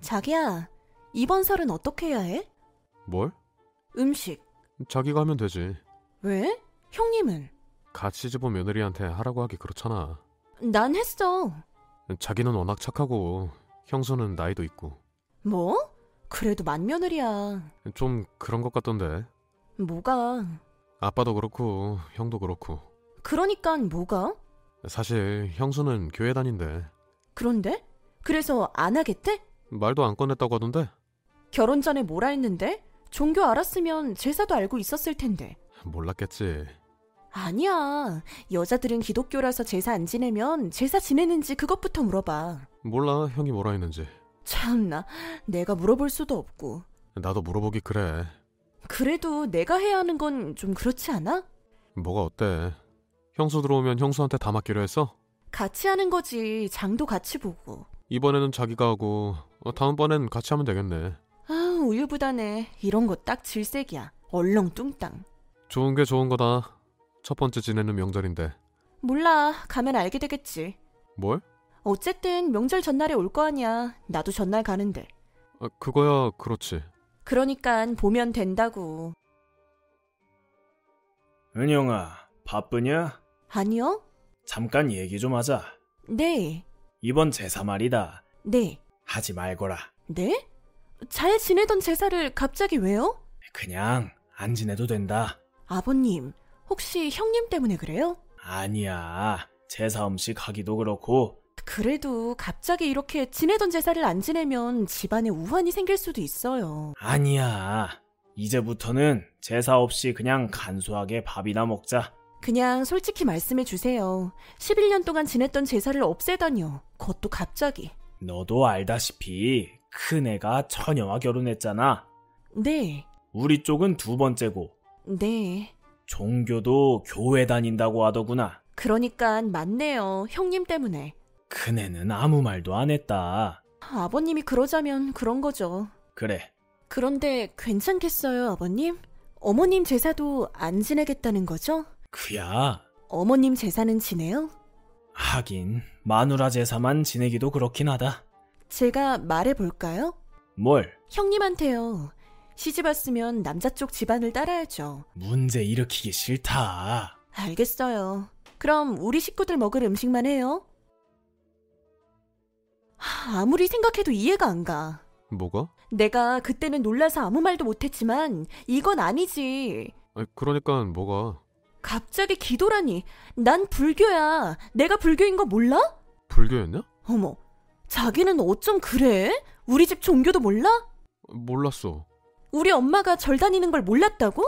자기야, 이번 설은 어떻게 해야 해? 뭘? 음식. 자기가 하면 되지. 왜? 형님은? 같이 집은 며느리한테 하라고 하기 그렇잖아. 난 했어. 자기는 워낙 착하고 형수는 나이도 있고 뭐? 그래도 만며느리야. 좀 그런 것 같던데. 뭐가? 아빠도 그렇고 형도 그렇고 그러니깐 뭐가? 사실 형수는 교회 다닌대. 그런데? 그래서 안 하겠대? 말도 안 꺼냈다고 하던데. 결혼 전에 뭐라 했는데? 종교 알았으면 제사도 알고 있었을 텐데. 몰랐겠지. 아니야. 여자들은 기독교라서 제사 안 지내면 제사 지내는지 그것부터 물어봐. 몰라 형이 뭐라 했는지. 참나, 내가 물어볼 수도 없고. 나도 물어보기 그래. 그래도 내가 해야 하는 건 좀 그렇지 않아? 뭐가 어때? 형수 들어오면 형수한테 다 맡기로 했어? 같이 하는 거지. 장도 같이 보고. 이번에는 자기가 하고 어, 다음번엔 같이 하면 되겠네. 아, 우유부단해. 이런 거 딱 질색이야. 얼렁뚱땅. 좋은 게 좋은 거다. 첫 번째 지내는 명절인데. 몰라. 가면 알게 되겠지. 뭘? 어쨌든 명절 전날에 올 거 아니야. 나도 전날 가는데. 아, 그거야 그렇지. 그러니까 보면 된다고. 은영아, 바쁘냐? 아니요? 잠깐 얘기 좀 하자. 네. 이번 제사 말이다. 네. 하지 말거라. 네? 잘 지내던 제사를 갑자기 왜요? 그냥 안 지내도 된다. 아버님, 혹시 형님 때문에 그래요? 아니야. 제사 음식 하기도 그렇고 그래도 갑자기 이렇게 지내던 제사를 안 지내면 집안에 우환이 생길 수도 있어요. 아니야. 이제부터는 제사 없이 그냥 간소하게 밥이나 먹자. 그냥 솔직히 말씀해 주세요. 11년 동안 지냈던 제사를 없애다니요. 그것도 갑자기. 너도 알다시피 큰애가 처녀와 결혼했잖아. 네, 우리 쪽은 두 번째고 네. 종교도 교회 다닌다고 하더구나. 그러니까 맞네요. 형님 때문에. 큰애는 아무 말도 안 했다. 아버님이 그러자면 그런 거죠. 그래. 그런데 괜찮겠어요, 아버님? 어머님 제사도 안 지내겠다는 거죠? 그야 어머님 제사는 지내요? 하긴 마누라 제사만 지내기도 그렇긴 하다. 제가 말해볼까요? 뭘 형님한테요. 시집 왔으면 남자 쪽 집안을 따라야죠. 문제 일으키기 싫다. 알겠어요. 그럼 우리 식구들 먹을 음식만 해요. 하, 아무리 생각해도 이해가 안 가. 뭐가? 내가 그때는 놀라서 아무 말도 못했지만 이건 아니지. 아니, 그러니까 뭐가? 갑자기 기도라니. 난 불교야. 내가 불교인 거 몰라? 불교였냐? 어머, 자기는 어쩜 그래? 우리 집 종교도 몰라? 몰랐어. 우리 엄마가 절 다니는 걸 몰랐다고?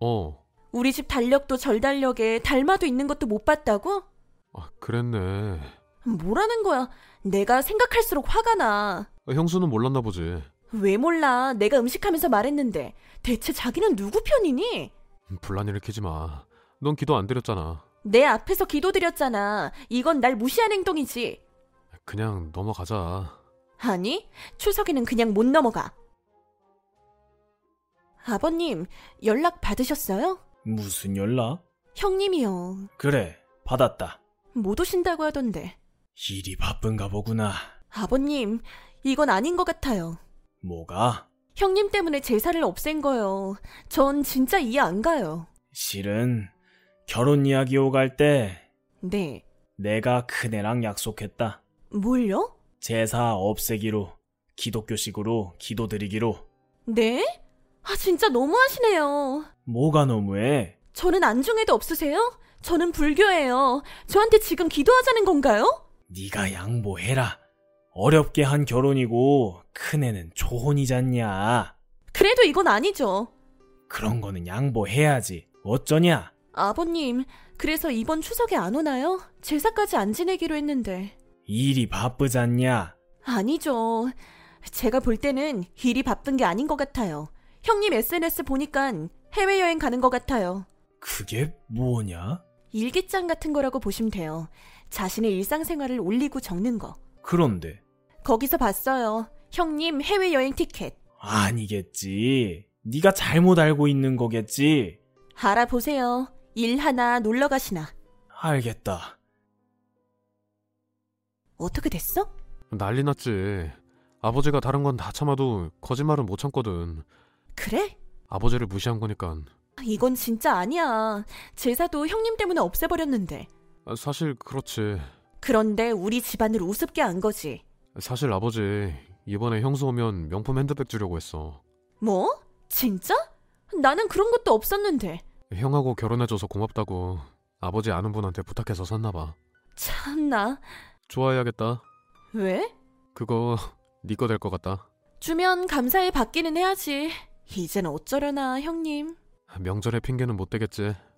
어. 우리 집 달력도 절 달력에 달마도 있는 것도 못 봤다고? 아, 그랬네. 뭐라는 거야? 내가 생각할수록 화가 나. 아, 형수는 몰랐나 보지. 왜 몰라? 내가 음식하면서 말했는데 대체 자기는 누구 편이니? 음, 분란 일으키지 마. 넌 기도 안 드렸잖아. 내 앞에서 기도드렸잖아. 이건 날 무시한 행동이지. 그냥 넘어가자. 아니, 추석에는 그냥 못 넘어가. 아버님, 연락 받으셨어요? 무슨 연락? 형님이요. 그래 받았다. 못 오신다고 하던데. 일이 바쁜가 보구나. 아버님, 이건 아닌 것 같아요. 뭐가? 형님 때문에 제사를 없앤 거요. 전 진짜 이해 안 가요. 실은 결혼 이야기 오갈 때 네. 내가 큰애랑 약속했다. 뭘요? 제사 없애기로 기독교식으로 기도드리기로 네? 아, 진짜 너무하시네요. 뭐가 너무해? 저는 안중에도 없으세요? 저는 불교예요. 저한테 지금 기도하자는 건가요? 네가 양보해라. 어렵게 한 결혼이고 큰애는 초혼이잖냐. 그래도 이건 아니죠. 그런 거는 양보해야지. 어쩌냐? 아버님, 그래서 이번 추석에 안 오나요? 제사까지 안 지내기로 했는데. 일이 바쁘잖냐? 아니죠. 제가 볼 때는 일이 바쁜 게 아닌 것 같아요. 형님 SNS 보니까 해외여행 가는 것 같아요. 그게 뭐냐? 일기장 같은 거라고 보시면 돼요. 자신의 일상생활을 올리고 적는 거. 그런데 거기서 봤어요. 형님 해외여행 티켓. 아니겠지. 네가 잘못 알고 있는 거겠지. 알아보세요. 일 하나 놀러 가시나. 알겠다. 어떻게 됐어? 난리 났지. 아버지가 다른 건 다 참아도 거짓말은 못 참거든. 그래? 아버지를 무시한 거니까. 이건 진짜 아니야. 제사도 형님 때문에 없애버렸는데. 아, 사실 그렇지. 그런데 우리 집안을 우습게 한 거지. 사실 아버지 이번에 형수 오면 명품 핸드백 주려고 했어. 뭐? 진짜? 나는 그런 것도 없었는데. 형하고 결혼해줘서 고맙다고 아버지 아는 분한테 부탁해서 샀나 봐. 참나. 좋아해야겠다. 왜? 그거 네 거 될 것 같다. 주면 감사히 받기는 해야지. 이젠 어쩌려나, 형님. 명절에 핑계는 못 대겠지.